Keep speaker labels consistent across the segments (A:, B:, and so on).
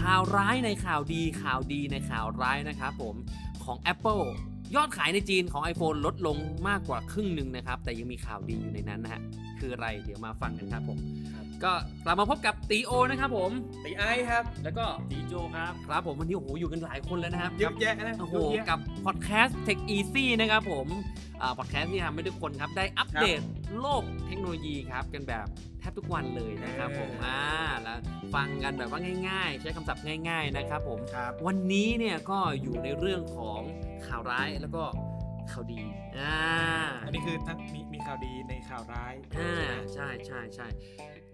A: ข่าวร้ายในข่าวดีข่าวดีในข่าวร้ายนะครับผมของ Apple ยอดขายในจีนของ iPhone ลดลงมากกว่าครึ่งหนึ่งนะครับ แต่ยังมีข่าวดีอยู่ในนั้นนะฮะคืออะไรเดี๋ยวมาฟังกันครับผม
B: ครับ
A: ก็กลับมาพบกับตีโอนะครับผม
B: ตีไอซ์ครับ
A: แล้วก็
B: ตีโจครับ
A: ครับผมวันนี้โอ้โหอยู่กันหลายคนแล้วนะครับ
B: เยอะแยะนะ
A: โอ้โห
B: เยอะแยะ
A: กับพอดแคสต์ Tech Easy นะครับผมพอดแคสต์ที่ทำให้ทุกคนครับ ได้อัปเดตโลกเทคโนโลยีครับ กันแบบแทบทุกวันเลยนะครับ
B: เออ
A: ผมอ่าแล้วฟังกันแบบว่าง่าย ๆ ใช้คำศัพท์ง่าย ๆ นะครับผม
B: ครับ
A: วันนี้เนี่ยก็อยู่ในเรื่องของข่าวร้ายแล้วก็ข่าวดีอ่า
B: อันนี้คือทั้งมีมีข่าวดีในข่าวร้าย
A: อ่า
B: ใช่ไหม
A: ใช่ใช่ใช่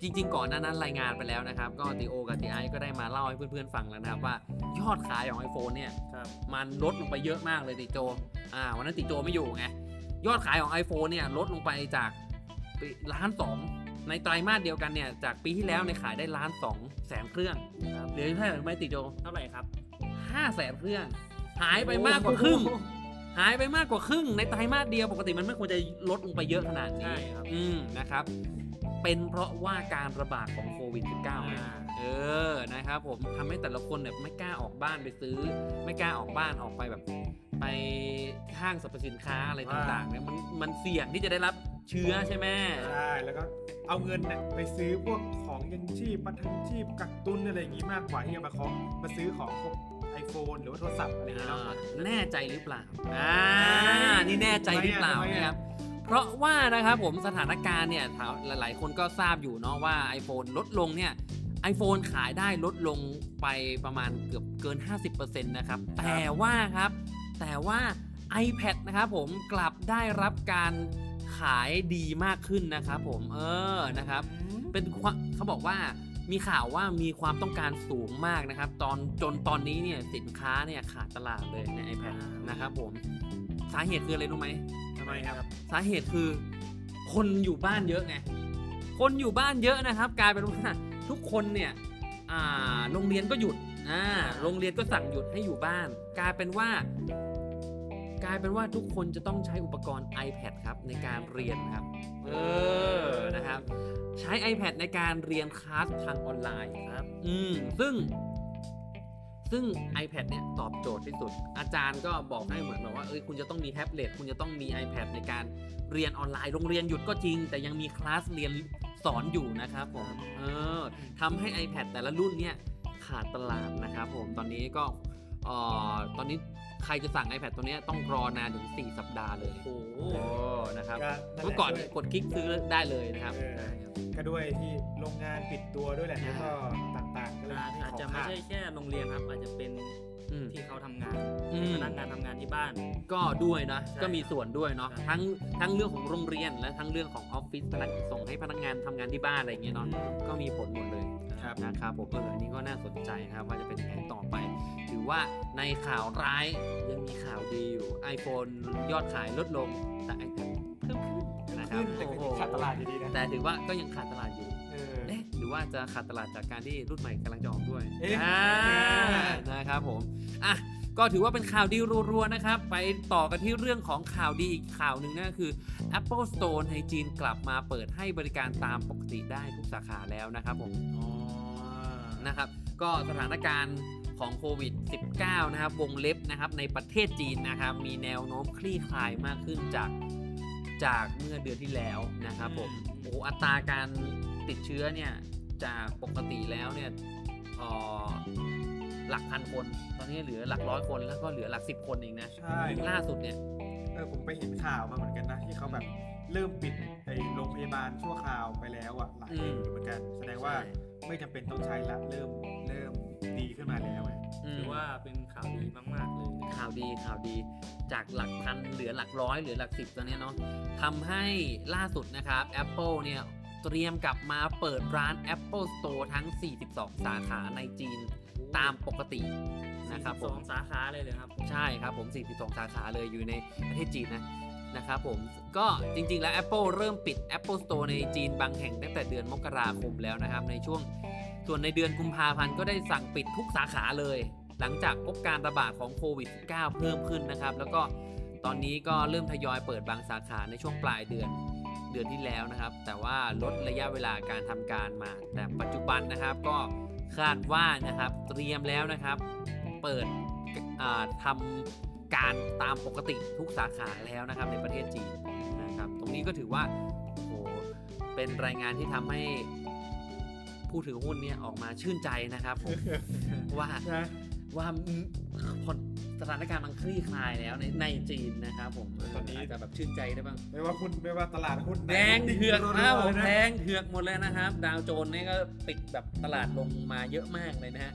A: จริง ๆ ก่อนหน้านั้นรายงานไปแล้วนะครับ ก็ติโอกับติไอก็ได้มาเล่าให้เพื่อนๆฟังแล้วนะครับว่ายอดขายของ iPhone เนี่ย
B: ครับ
A: มันลดลงไปเยอะมากเลยติโจอ่าวันนั้นติโจไม่อยู่ไงยอดขายของ iPhone เนี่ยลดลงไปจากปีล้านสองในไตรมาสเดียวกันเนี่ยจากปีที่แล้วในยขายได้ล้านสองแสนเครื่องเหลือเท่าไหร่รู้ไหมติโจ
C: เท่าไหร่ครับ
A: ห้าแสนเครื่อง หายไปมากกว่าครึ่ง
B: โอ้โห
A: หายไปมากกว่าครึ่งในไตรมาสเดียวปกติมันไม่ควรจะลดลงไปเยอะขนาดนี้
C: ใช่ครับ
A: อืมนะครับ เป็นเพราะว่าการระบาดของโควิด -19 ไง
B: อ่า
A: เออนะครับผมทำให้แต่ละคนเนี่ยไม่กล้าออกบ้านไปซื้อ ไม่กล้าออกบ้านออกไปแบบ ไปห้างสรรพสินค้าอะไรต่างๆเนี่ยมันมันเสี่ยงที่จะได้รับเชื้อใช่ไหม
B: ใช่ แล้วก็เอาเงินน่ะไปซื้อพวกของยังชีพประทังชีพกักตุนอะไรอย่างงี้มากกว่าที่จะมาของมาซื้อของพวกไอโฟนหรือว่าโทรศัพท์อะไรอย่างงี้
A: อ่า
B: เนาะ
A: แน่ใจหรือเปล่าอ่านี่แน่ใจหรือเปล่า
B: ทำไมอ่ะ
A: นะครับ เพราะว่านะครับผมสถานการณ์เนี่ยถามหลาย ๆ คนก็ทราบอยู่เนาะว่า iPhone ลดลงเนี่ย iPhone ขายได้ลดลงไปประมาณเกือบเกิน 50%นะครับ แต่ว่าครับ แต่ว่า iPad นะครับผมกลับได้รับการขายดีมากขึ้นนะครับผมเออนะครับ เป็นความเขาบอกว่ามีข่าวว่ามีความต้องการสูงมากนะครับ ตอนจนตอนนี้เนี่ยสินค้าเนี่ยขาดตลาดเลยใน iPad นะครับผมสาเหตุคืออะไรรู้ไหม
B: ทำไมครับ
A: สาเหตุคือคนอยู่บ้านเยอะไง คนอยู่บ้านเยอะนะครับ กลายเป็นว่าทุกคนเนี่ยอ่าโรงเรียนก็หยุดอ่าโรงเรียนก็สั่งหยุดให้อยู่บ้าน กลายเป็นว่า กลายเป็นว่าทุกคนจะต้องใช้อุปกรณ์ iPad ครับในการเรียนครับ เออนะครับ ใช้ iPad ในการเรียนคลาสทางออนไลน์ครับ อืม ซึ่ง ซึ่ง iPad เนี่ยตอบโจทย์ที่สุด อาจารย์ก็บอกให้เหมือนแบบว่า เอ้ย คุณจะต้องมีแท็บเล็ต คุณจะต้องมี iPad ในการเรียนออนไลน์ โรงเรียนหยุดก็จริง แต่ยังมีคลาสเรียนสอนอยู่นะครับผม เออทำให้ iPad แต่ละรุ่นเนี่ยขาดตลาดนะครับผม ตอนนี้ก็เอ่อตอนนี้ใครจะสั่ง iPad ตัวเนี้ยต้องรอนานถึง 4 สัปดาห์เลย
C: โอ้โห
A: โอ้ นะครับ
B: ก็
A: เมื่อก่อน
B: ด้
A: เนี่
B: วย
A: กดคลิกซื้อได้เลยนะครับ
B: เออก็ด้วยที่โรงงานปิดตัวด้วยแหละ แล้วก็ต่างๆ ก็เลย
C: อาจอาจจะไม่
B: ขาด
C: ใช่แค่โรงเรียนครับ อาจจะเป็น
A: อืม
C: ที่เขาทำงาน
A: อืม
C: พนักงานทำงานที่บ้าน
A: ก็ด้วยนะ
C: ใช่
A: ก็มีส่วนด้วยเนาะ
C: ใช่
A: ทั้งทั้งเรื่องของโรงเรียนและทั้งเรื่องของออฟฟิศพนักส่งให้พนักงานทำงานที่บ้านอะไรอย่างเงี้ยเนาะก็มีผลหมดเลย
B: ครับ
A: นะครับผมเอออันนี้ก็น่าสนใจนะครับว่าจะเป็นยังไงต่อไป ถือว่าในข่าวร้ายยังมีข่าวดีอยู่ iPhone ยอดขายลดลงแต่ iPad เพิ่มขึ้นนะครับ
B: ขึ้นแต่ก็ยังขาดตลาดอยู่ดีนะ
A: แต่ถือว่าก็ยังขาดตลาดอยู่
B: เออ
A: เอ๊ะหรือว่าจะขาดตลาดจากการที่รุ่นใหม่กำลังจะออกด้วย
B: เอ๊ะ
A: อ่านะครับผม อ่ะ ก็ถือว่าเป็นข่าวดีรัวๆนะครับ ไปต่อกันที่เรื่องของข่าวดีอีกข่าวหนึ่งนั่นก็คือ Apple Store ในจีนกลับมาเปิดให้บริการตามปกติได้ทุกสาขาแล้วนะครับผม
B: อ๋อ
A: นะครับก็สถานการณ์ของโควิด -19 นะครับวงเล็บนะครับในประเทศจีนนะครับมีแนวโน้มคลี่คลายมากขึ้นจากจากเมื่อเดือนที่แล้วนะครับผม
C: อืม
A: โอ้โหอัตราการติดเชื้อเนี่ยจากปกติแล้วเนี่ยเอ่อหลักพันคน ตอนนี้เหลือหลักร้อยคนแล้วก็เหลือหลักสิบคนเองนะ
B: ใช่
A: ล่าสุดเนี่ย
B: เออผมไปเห็นข่าวมาเหมือนกันนะ ที่เขาแบบเริ่มปิดไอโรงพยาบาลชั่วคราวไปแล้วอ่ะหลาย
A: อืม
B: เหมือนกัน แสดงว่าไม่จำเป็นต้องใช้ละเริ่มเริ่มดีขึ้นมาแล้วไง
A: อืม
C: ถือว่าเป็นข่าวดีมากๆเลยนะครับ
A: ข่าวดีข่าวดีจากหลักพันเหลือหลักร้อยเหลือหลักสิบตัวเนี้ยเนาะทำให้ล่าสุดนะครับ Apple เนี่ยเตรียมกลับมาเปิดร้าน Apple Store ทั้ง 42 สาขาในจีนตามปกตินะครับผ
C: สอ
A: ม
C: งสาขาเลยเลยครับ
A: ใช่ครับผม 42 สาขาเลยอยู่ในประเทศจีนนะนะครับผม ก็จริงๆ แล้ว Apple เริ่มปิด Apple Store ในจีนบางแห่งตั้งแต่เดือนมกราคมแล้วนะครับ ในช่วงส่วนในเดือนกุมภาพันธ์ก็ได้สั่งปิดทุกสาขาเลย หลังจากพบการระบาดของโควิด -19 เพิ่มขึ้นนะครับ แล้วก็ตอนนี้ก็เริ่มทยอยเปิดบางสาขาในช่วงปลายเดือนเดือนที่แล้วนะครับ แต่ว่าลดระยะเวลาการทำการมา แต่ปัจจุบันนะครับก็ คาดว่านะครับเตรียมแล้วนะครับ เปิดอ่าทำการตามปกติทุกสาขาแล้วนะครับในประเทศจีนนะครับ ตรงนี้ก็ถือว่าโอ้โหเป็นรายงานที่ทำให้ผู้ถือหุ้นเนี่ยออกมาชื่นใจนะครับ ผมว่า
B: นะ
A: ว่าอืมผลสถานการณ์มันคลี่คลายแล้วในในจีนนะครับผม
B: ตอนนี้
A: าจจะแบบชื่นใจได้บ้าง
B: ไม่ว่าคุณไม่ว่าตลาดหุ้นไหน
A: แดงเถือก
B: รัวๆ
A: นะผม
B: เลยนะ
A: แดงเถือกหมดเลยนะครับ ดาวโจนส์เนี่ยก็ปิดแบบตลาดลงมาเยอะมากเลยนะฮะ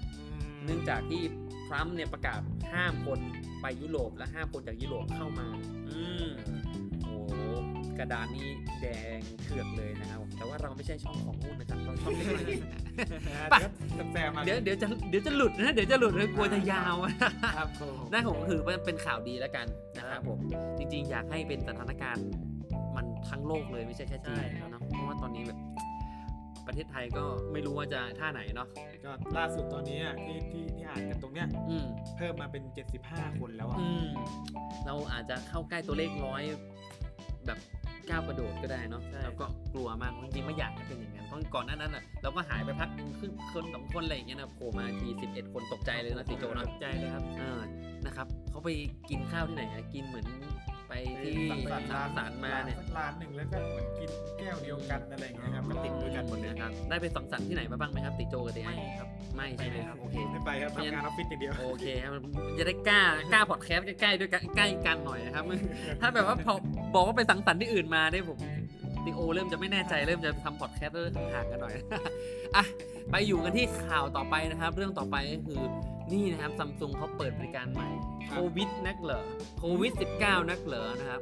A: เนื่องจากที่ทรัมป์เนี่ยประกาศห้ามคนไปยุโรปและห้ามคนจากยุโรปเข้ามา อืมโอ้โหกระดานนี้แดงเถือกเลยนะครับผมแต่ว่าเราไม่ใช่ช่องของหุ้นนะครับเราช่องเล็ก
B: นะเดี๋ยวแซมมา
A: ๆเดี๋ยวเดี๋ยวจะเดี๋ยวจะหลุดนะเดี๋ยวจะหลุดนะกลัวจะยาวนะ
B: ครับผม
A: น่าผมถือว่าเป็นข่าวดีแล้วกันนะครับผมจริงๆ อยากให้เป็นสถานการณ์มันทั้งโลกเลยไม่ใช่แค่จีน
C: ใช่ครับ
A: เนาะเพราะว่าตอนนี้แบบประเทศไทยก็ไม่รู้ว่าจะท่าไหนเนาะ
B: ก็ล่าสุดตอนนี้อะที่ที่ที่อ่านกันตรงเนี้ย
A: อืม
B: เพิ่มมาเป็น 75 คนแล้วอ่ะ
A: อืมเราอาจจะเข้าใกล้ตัวเลขร้อยแบบก้าวกระโดดก็ได้เนาะ
C: ใช่
A: เราก็กลัวมากจริงๆไม่อยากให้เป็นอย่างนั้นเพราะก่อนหน้านั้นอ่ะเราก็หายไปพักหนึ่งครึ่งคนสองคนอะไรอย่างเงี้ยนะโผล่มาทีสิบเอ็ดคนตกใจเลยนะสีโจเนาะ
C: ตกใจเลยครับ
A: เออนะครับเขาไปกินข้าวที่ไหนอะกินเหมือนไปที่
B: สังสรรค์ร้าน
A: สารค์มาเนี่ย
B: สักร้านหนึ่งแล้วก็เหมือนกินแก้วเดียวกันอะไรอย่างเงี้ยครับก็ติดด้วยกันหมดเลย
A: นะครับ ได้ไปสังสรรค์ที่ไหนมาบ้างไหมครับ ติโจกับติไอ
C: ไม่ครับ
A: ไม่ใช่ไหม
C: ไม่
A: ค
C: ครั
A: รับ
C: บ
A: โอเค
B: ไม่ไปครับทำงานออฟฟิศอย่างเดียว
A: โอเคครับมันจะได้กล้ากล้าพอดแคสต์ใกล้ๆด้วยกันใกล้กันหน่อยนะครับ ถ้าแบบว่าพอบอกว่าไปสังสรรค์ที่อื่นมาได้ผมติโอเริ่มจะไม่แน่ใจเริ่มจะทำพอดแคสต์เริ่มห่างๆกันหน่อย อ่ะไปอยู่กันที่ข่าวต่อไปนะครับ เรื่องต่อไปก็คือนี่นะครับซัมซุงเขาเปิดบริการใหม่โควิดนักเหรอโควิด -19 นักเหรอนะครับ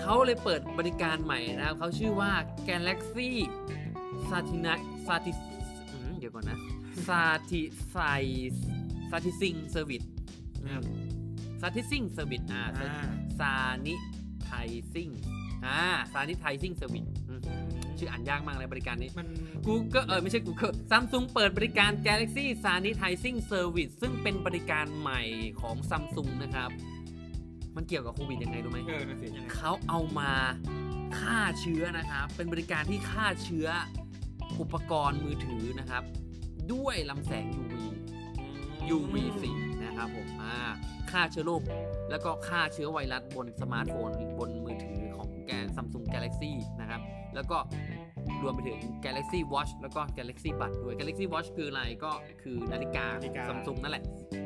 A: เขาเลยเปิดบริการใหม่นะครับเขาชื่อว่า Galaxy s a t i n a s a t i เดี๋ยวก่อนนะ s a t i s i s a t i s i n g Service นะครับ s a t i s i n g Service อ่า
B: อ่า
A: ซานิไทซิ่งอ่าซานิไทซิ่งเซอร์วิสชื่ออ่านยากมากเลยบริการนี้
B: มัน
A: Google เออไม่ใช่ Google Samsung เปิดบริการ Galaxy Sanitizing Service ซึ่งเป็นบริการใหม่ของ Samsung นะครับ มันเกี่ยวกับโควิดยังไงรู้ไหม
B: เออนะสิ
C: ยังไง
A: เขาเอามาฆ่าเชื้อนะครับ เป็นบริการที่ฆ่าเชื้ออุปกรณ์มือถือนะครับ ด้วยลำแสง UV UV4 นะครับผมอ่าฆ่าเชื้อโรคแล้วก็ฆ่าเชื้อไวรัสบนสมาร์ทโฟน บนมือถือของแก Samsung Galaxy นะครับ แล้วก็รวมไปถึง Galaxy Watch แล้วก็ Galaxy Bud ด้วย Galaxy Watch คืออะไรก็คือนาฬิกา
B: นาฬิกา
A: Samsung นั่นแหละ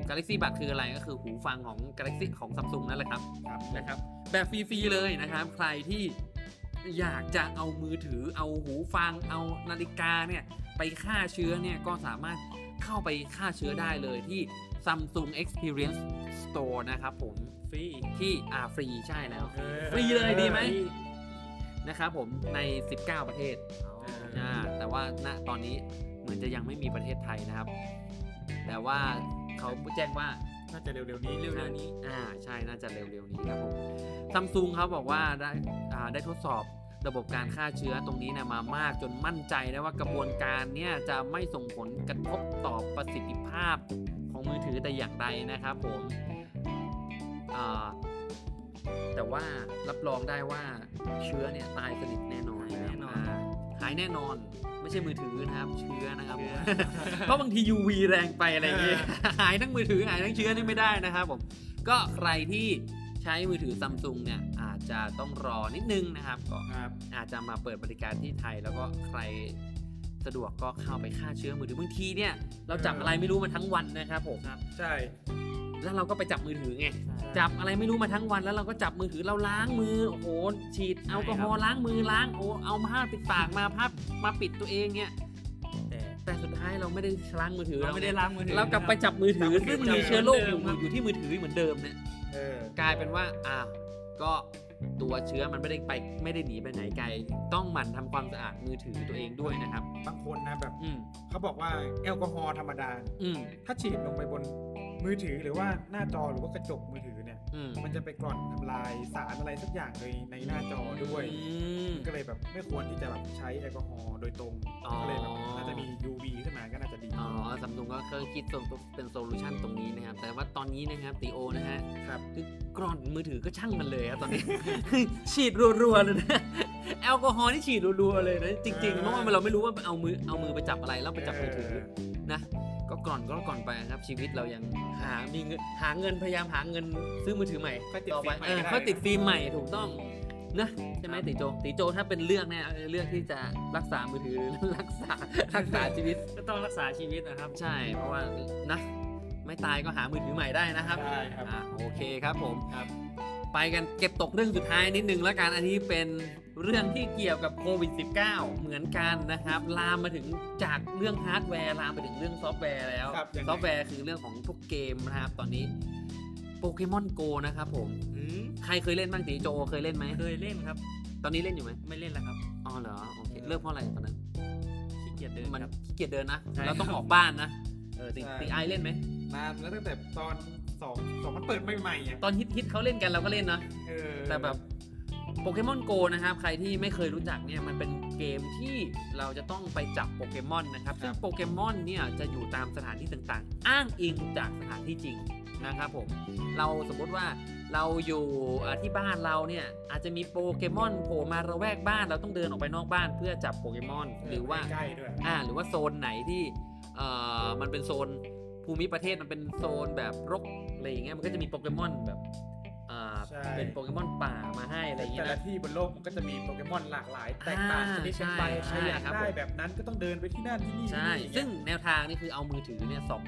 A: Galaxy Bud คืออะไรก็คือหูฟังของ Galaxy ของ Samsung นั่นแหละครับ
B: ครับ
A: นะครับแบบฟรีๆเลยนะครับใครที่อยากจะเอามือถือเอาหูฟังเอานาฬิกาเนี่ยไปฆ่าเชื้อเนี่ยก็สามารถเข้าไปฆ่าเชื้อได้เลยที่ Samsung Experience Store นะครับผม
C: ฟรี
A: ที่อาฟรีใช่แล้ว
B: เออ
A: ฟรีเลยดีไหมนะครับผมใน 19 ประเทศอ่าแต่ว่าณตอนนี้เหมือนจะยังไม่มีประเทศไทยนะครับ แต่ว่าเขาแจ้งว่า
B: น่าจะเร็วๆนี้
C: เร็วๆนี้
A: อ่าใช่น่าจะเร็วๆนี้ครับผมซัมซุงเขาบอกว่าได้อ่าได้ทดสอบระบบการฆ่าเชื้อตรงนี้นะมามากจนมั่นใจนะว่ากระบวนการเนี่ยจะไม่ส่งผลกระทบต่อประสิทธิภาพของมือถือแต่อย่างใดนะครับผมอ่าแต่ว่ารับรองได้ว่าเชื้อเนี่ยตายสนิทแน่นอน
C: หายแน่นอน
A: าหายแน่นอน ไม่ใช่มือถือนะครับ เชื้อนะครับ
B: เออ
A: เพราะบางที UV แรงไปอะไรอย่างเงี้ย
B: เอ
A: หายทั้งมือถือหายทั้งเชื้อนี่ไม่ได้นะครับผม ก็ใครที่ใช้มือถือซัมซุงเนี่ยอาจจะต้องรอนิดนึงนะครับ ก็
B: ครับ
A: อาจจะมาเปิดบริการที่ไทย แล้วก็ใครสะดวกก็เข้าไปฆ่าเชื้อมือถือบางทีเนี่ย เราจับอะไรไม่รู้มาทั้งวันนะครับผม
B: ใช่
A: แล้วเราก็ไปจับมือถือไง จับอะไรไม่รู้มาทั้งวันแล้วเราก็จับมือถือเราล้างมือโอ้โหฉีดแอลกอฮอล์ล้างมือล้างโอ้เอาผ้าปิดปากมาผ้ามาปิดตัวเองเนี่ย
C: แต่
A: แต่สุดท้ายเราไม่ได้ล้างมือถือ
C: เราไม่ได้ล้างมือถือ
A: เรากลับไปจับมือถือ ซึ่งมันมีเชื้อโรคอยู่
C: เดิมครับ
A: อยู่ที่มือถือเหมือนเดิมเนี่ย
B: เออก
A: ลายเป็นว่าอ้าวก็ตัวเชื้อมันไม่ได้ไปไม่ได้หนีไปไหนไกล ต้องหมั่นทำความสะอาดมือถือตัวเองด้วยนะครับ
B: บางคนนะแบบ
A: อืม
B: เขาบอกว่าแอลกอฮอล์ธรรมดา
A: อืม
B: ถ้าฉีดลงไปบนมือถือหรือว่าหน้าจอหรือว่ากระจกมือถือเนี่ย
A: อืม
B: มันจะไปกร่อนทำลายสารอะไรสักอย่างเลยในหน้าจอด้วย
A: อืม
B: ก็เลยแบบไม่ควรที่จะแบบใช้แอลกอฮอล์โดยตรง
A: อ๋อ
B: ก็เลยแบบน่าจะมี UV ขึ้นมาก็น่าจะดี
A: อ๋อซัมซุงก็เคยคิดตรงเป็นโซลูชันตรงนี้นะครับ แต่ว่าตอนนี้นะครับตีโอนะฮะ
B: ครับ
A: คือกร่อนมือถือก็ช่างมันเลยครับตอนนี้ ฉีดรัวๆเลยนะ แอลกอฮอล์ที่ฉีดรัวๆเลยนะจริงๆ
B: เออ
A: เพราะว่าเราไม่รู้ว่าเอามือเอามือไปจับอะไรแล้วไปจับมือถือ
B: เ
A: นะ ก็ก่อนก็ก่อนไปนะครับ ชีวิตเรายังหามีเงินหาเงินพยายามหาเงินซื้อมือถือใหม่
B: ค่อยติด
A: ต่อไป
B: ฟิล์มใหม่
A: เออ
B: ก็ได้
A: ค่อยติดฟิล์มใหม่ถูกต้องนะใช่ไหมติโจติโจถ้าเป็นเลือกเนี่ยเลือกที่จะรักษามือ ถือหรือรักษารักษาชีวิต
C: ก็ต้องรักษาชีวิตนะครับ
A: ใช่ เพราะว่านะ ไม่ตายก็หามือถือใหม่ได้นะครับ
B: ได้ครับ
A: อ่ะโอเคครับผม
C: ครับ
A: ไปกันเก็บตกเรื่องสุดท้ายนิดนึงแล้วกัน อันนี้เป็นเรื่องที่เกี่ยวกับโควิด -19 เหมือนกันนะครับ ลามมาถึงจากเรื่องฮาร์ดแวร์ ลามไปถึงเรื่องซอฟต์แวร์แล้ว
B: ครับยังไง
A: ซอฟต์แวร์คือเรื่องของพวกเกมนะครับ ตอนนี้โปเกมอนโกนะครับผม
C: หืม
A: ใครเคยเล่นบ้างตีโจเคยเล่นไหม
C: เคยเล่นครับ
A: ตอนนี้เล่นอยู่ไหม
C: ไม่เล่นแล้วครับ
A: อ๋อเหรอ โอเค เลิกเพราะอะไรตอนนั้น
C: ขี้เกียจเดิน
A: มัน
C: ครับ
A: ขี้เกียจเดินนะ
C: ใช่
A: เราต้อง
C: ครับ
A: ออกบ้านนะ เออตี
B: ใช่
A: ตีไอเล่นไหม
B: นานแล้วตั้งแต่ตอนสองสองมันเปิดใหม่ๆอ่ะ
A: ตอนฮิตฮิตเขาเล่นกันเราก็เล่นนะ
B: เออ
A: แต่แบบโปเกมอนโกนะครับ ใครที่ไม่เคยรู้จักเนี่ยมันเป็นเกมที่เราจะต้องไปจับโปเกมอนนะครับ ซึ่งโปเกมอนเนี่ยจะอยู่ตามสถานที่ต่างๆ อ้างอิงจากสถานที่จริงนะครับผม เราสมมติว่าเราอยู่อ่าที่บ้านเราเนี่ยอาจจะมีโปเกมอนโผล่มาระแวกบ้านเราต้องเดินออกไปนอกบ้านเพื่อจับโปเกมอนหรือว่า
B: ใกล้ๆด้วย
A: อ่าหรือว่าโซนไหนที่เอ่อมันเป็นโซนภูมิประเทศมันเป็นโซนแบบรกอะไรอย่างเงี้ยมันก็จะมีโปเกมอนแบบอ่า
B: ใช่
A: เป็นโปเกมอนป่ามาให้อะไรอย่างเงี้
B: แต่
A: ย
B: ละ
A: นะ
B: ที่บนโลกมันก็จะมีโปเกมอนหลากหลาย แตกต่าง
A: อ่า
B: ชนิดกันไป
A: ใช่
B: ใครอยาก
A: ใช่ครับ
B: ได้
A: ผม
B: แบบนั้นก็ต้องเดินไปที่นั่นที่นี่
A: ใช่
B: ที่นี่
A: ซึ่งแนวทางนี่คือเอามือถือเนี่ยส่อง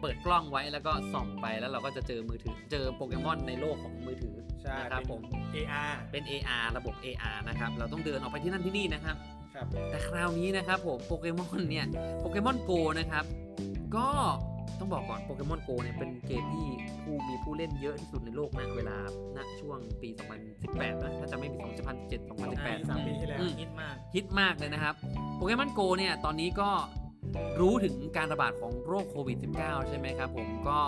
A: เปิดกล้องไว้แล้วก็ส่องไปแล้วเราก็จะเจอมือถือเจอโปเกมอนในโลกของมือถือ
B: ใช่
A: นะครับ
B: เป็น
A: ผม
B: AR
A: เป็น AR ระบบ AR นะครับ เราต้องเดินออกไปที่นั่นที่นี่นะครับ
B: ครับ
A: แต่คราวนี้นะครับผมโปเกมอนเนี่ยโปเกมอนโกนะครับ ก็ต้องบอกก่อนโปเกมอนโกเนี่ยเป็นเกมที่ผู้มีผู้เล่นเยอะที่สุดในโลกนะเวลาณช่วงปี 2018 นะถ้าจะไม่ปี2017
B: ปี
A: 2018
B: สามปีที่แล้ว
A: อืม
C: คิดมาก
A: ฮิตมากเลยนะครับโปเกมอนโกเนี่ยตอนนี้ก็รู้ถึงการระบาดของโรคโควิด -19 ใช่ไหมครับผมก็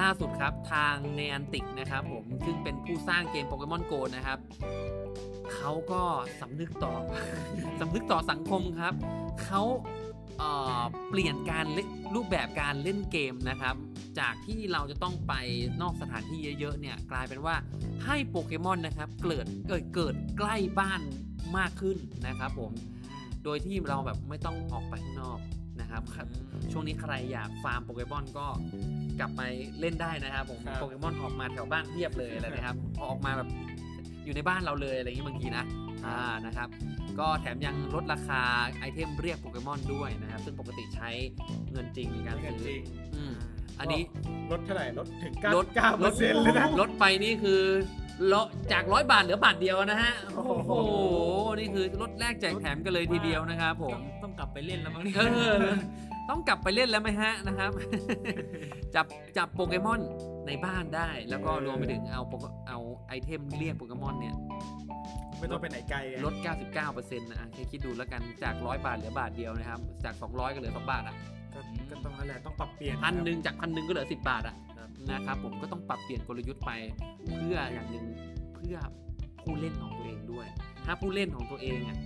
A: ล่าสุดครับทางเนอันติกนะครับผมซึ่งเป็นผู้สร้างเกมโปเกมอนโกนะครับเขาก็สำนึกต่อ สำนึกต่อสังคมครับเขาเอ่อเปลี่ยนการเล่นรูปแบบการเล่นเกมนะครับ จากที่เราจะต้องไปนอกสถานที่เยอะๆเนี่ยกลายเป็นว่าให้โปเกมอนนะครับเกิดเกิดเกิดใกล้บ้านมากขึ้นนะครับผม โดยที่เราแบบไม่ต้องออกไปข้างนอกนะครับครับ ช่วงนี้ใครอยากฟาร์มโปเกมอนก็กลับไปเล่นได้นะครับผม
B: ครับ
A: โปเกมอนออกมาแถวบ้านเทียบเลยอะไรนะครับพอออกมาแบบอยู่ในบ้านเราเลยอะไรอย่างนี้บางทีนะอ่านะครับ ก็แถมยังลดราคาไอเทมเรียกโปเกมอนด้วยนะครับ ซึ่งปกติใช้เงินจริงในการ
B: เงิน
A: ซื้อ
B: จริง
A: อืมอันนี้
B: ลดเท่าไหร่ลดถึง
A: ลด
B: 9 9เป
A: ล
B: อ
A: ด
B: ร์เซ็นต์เลยนะ
A: ลดไปนี่คือลดจากร้อยบาทเหลือบาทเดียวนะฮะโอ้โห
B: โอ้โห
A: นี่คือลดแลกแจกแถมกันเลยทีเดียวนะครับผม
C: ต้องต้องกลับไปเล่นแล้วมั้งเนี่ย
A: เออต้องกลับไปเล่นแล้วไหมฮะนะครับ จับจับโปเกมอนในบ้านได้ แล้วก็รวมไปถึงเอาโปเกเอาไอเทมเรียกโปเกมอนเนี่ย
B: ไม่ต้องไปไหนไกลไง
A: ลด 99%นะอ่ะแค่คิดดูแล้วกันจาก 100 บาทเหลือบาทเดียวนะครับ จาก 200 ก็เหลือ 2 บาทอ่ะ
B: ก็ก็ต้องนั่นแหละต้องปรับเปลี่ยน
A: พันหนึ่งจากพันหนึ่งก็เหลือ 10 บาทอ่ะ
C: ครับ
A: นะครับผมก็ต้องปรับเปลี่ยนกลยุทธ์ไป เพื่ออย่างหนึ่งเพื่อผู้เล่นของตัวเองด้วย ถ้าผู้เล่นของตัวเองอ่ะ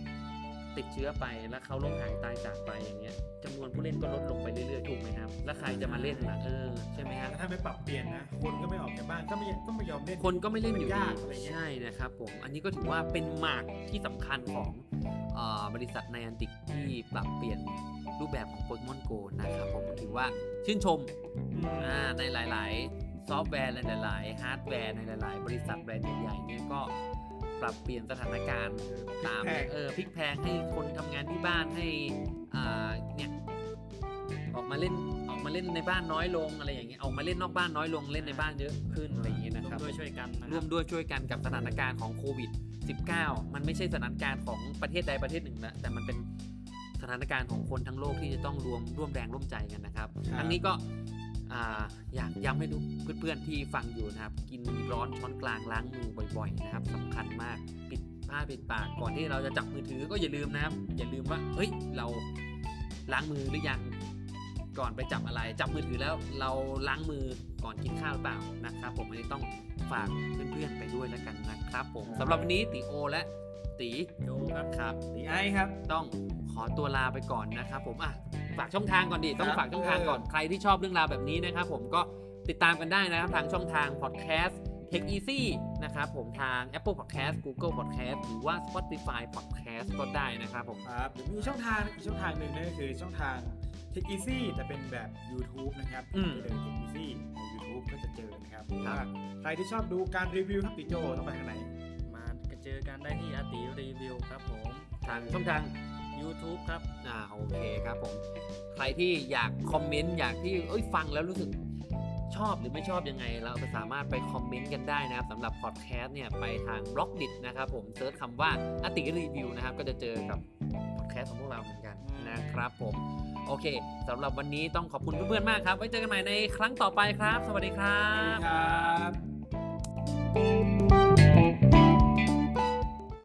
A: ติดเชื้อไปแล้วเขาล้มหายตายจากไปอย่างเงี้ยจำนวนผู้เล่นก็ลดลงไปเรื่อยๆถูกไหมครับ แล้วใครจะมาเล่นล่ะเออใช่ไหมครับ
B: ถ้าไม่ปรับเปลี่ยนนะคนก็ไม่ออกจากบ้านก็ไม่ก็ไม่ยอมเล่น
A: คนก็ไม่เล่นอยู่
B: มัน
A: ดี
B: ยากอะไรเงี้ย
A: ใช่นะครับผม อันนี้ก็ถือว่าเป็นหมากที่สำคัญของเออบริษัทไนอันติกที่ปรับเปลี่ยนรูปแบบของโปเกมอนโกนะครับผมถือว่าชื่นชม
B: อืม
A: อ่าในหลาย ๆ ซอฟต์แวร์ในหลาย ๆ ฮาร์ดแวร์ในหลาย ๆ บริษัทแบรนด์ใหญ่ๆเนี่ยก็ปรับเปลี่ยนสถานการณ์ตาม
B: แพง
A: เออพลิกแพลงให้คนทำงานที่บ้านให้อ่าเนี่ยออกมาเล่นออกมาเล่นในบ้านน้อยลงอะไรอย่างเงี้ยออกมาเล่นนอกบ้านน้อยลงเล่นในบ้านเยอะขึ้นอะไรอย่างเงี้ยนะครับ
C: ร่วมด้วยช่วยกันนะคบ
A: ร่วมด้วยช่วยกันกับสถานการณ์ของโควิด -19 มันไม่ใช่สถานการณ์ของประเทศใดประเทศหนึ่งนะแต่มันเป็นสถานการณ์ของคนทั้งโลกที่จะต้องรวมร่วมแรงร่วมใจกันนะครับ
B: ครับ
A: ทั้งนี้ก็อ่าอยากย้ำให้ทุกเพื่อนๆที่ฟังอยู่นะครับ กินร้อนช้อนกลางล้างมือบ่อย ๆ นะครับสำคัญมากปิดผ้าปิดปากก่อนที่เราจะจับมือถือก็อย่าลืมนะครับ อย่าลืมว่าเฮ้ยเราล้างมือหรือยังก่อนไปจับอะไร จับมือถือแล้วเราล้างมือก่อนกินข้าวหรือเปล่านะครับ ผมอันนี้ต้องฝากเพื่อนๆไปด้วยแล้วกันนะครับ ผมสำหรับวันนี้ติโอและตี
C: โจครับ
A: ครับ
B: ตีไอ้ครับ
A: ต้องขอตัวลาไปก่อนนะครับผมอ่ะฝากช่องทางก่อนดิต้อง
B: ครับ
A: ฝากช่องทางก่อน
B: เออ
A: ใครที่ชอบเรื่องราวแบบนี้นะครับ ผมก็ติดตามกันได้นะครับทางช่องทางพอดแคสต์ Tech Easy นะครับผมทาง Apple Podcast Google Podcast หรือว่า Spotify Podcast ก็ได้นะครับผม
B: ครับเดี๋ยวมีช่องทางอีกช่องทางหนึ่งนั่นก็คือช่องทาง Tech Easy แต่เป็นแบบ YouTube นะครับ
A: อืม
B: ไปเลย Tech Easy ใน YouTube ก็จะเจอนะครับ
A: ครับ
B: ว่าใครที่ชอบดูการรีวิวครับพี่โจต้องไปทางไหน
C: มาเจอกันได้ที่อาติรีวิวครับผม
A: ทางช่องทาง
C: YouTube ครับ
A: อ่าโอเคครับผม ใครที่อยากคอมเมนต์อยากที่เอ้ยฟังแล้วรู้สึกชอบหรือไม่ชอบยังไง เราก็สามารถไปคอมเมนต์กันได้นะครับสำหรับพอดแคสต์เนี่ยไปทางบล็อกดินะครับผมเซิร์ชคำว่าอติรีวิวนะครับ ก็จะเจอกับพอดแคสต์ของพวกเราเหมือนกันนะครับผมโอเคสำหรับวันนี้ต้องขอบคุณเพื่อนๆมากครับ ไว้เจอกันใหม่ในครั้งต่อไปครับ สวัสดีครับ
B: ครับ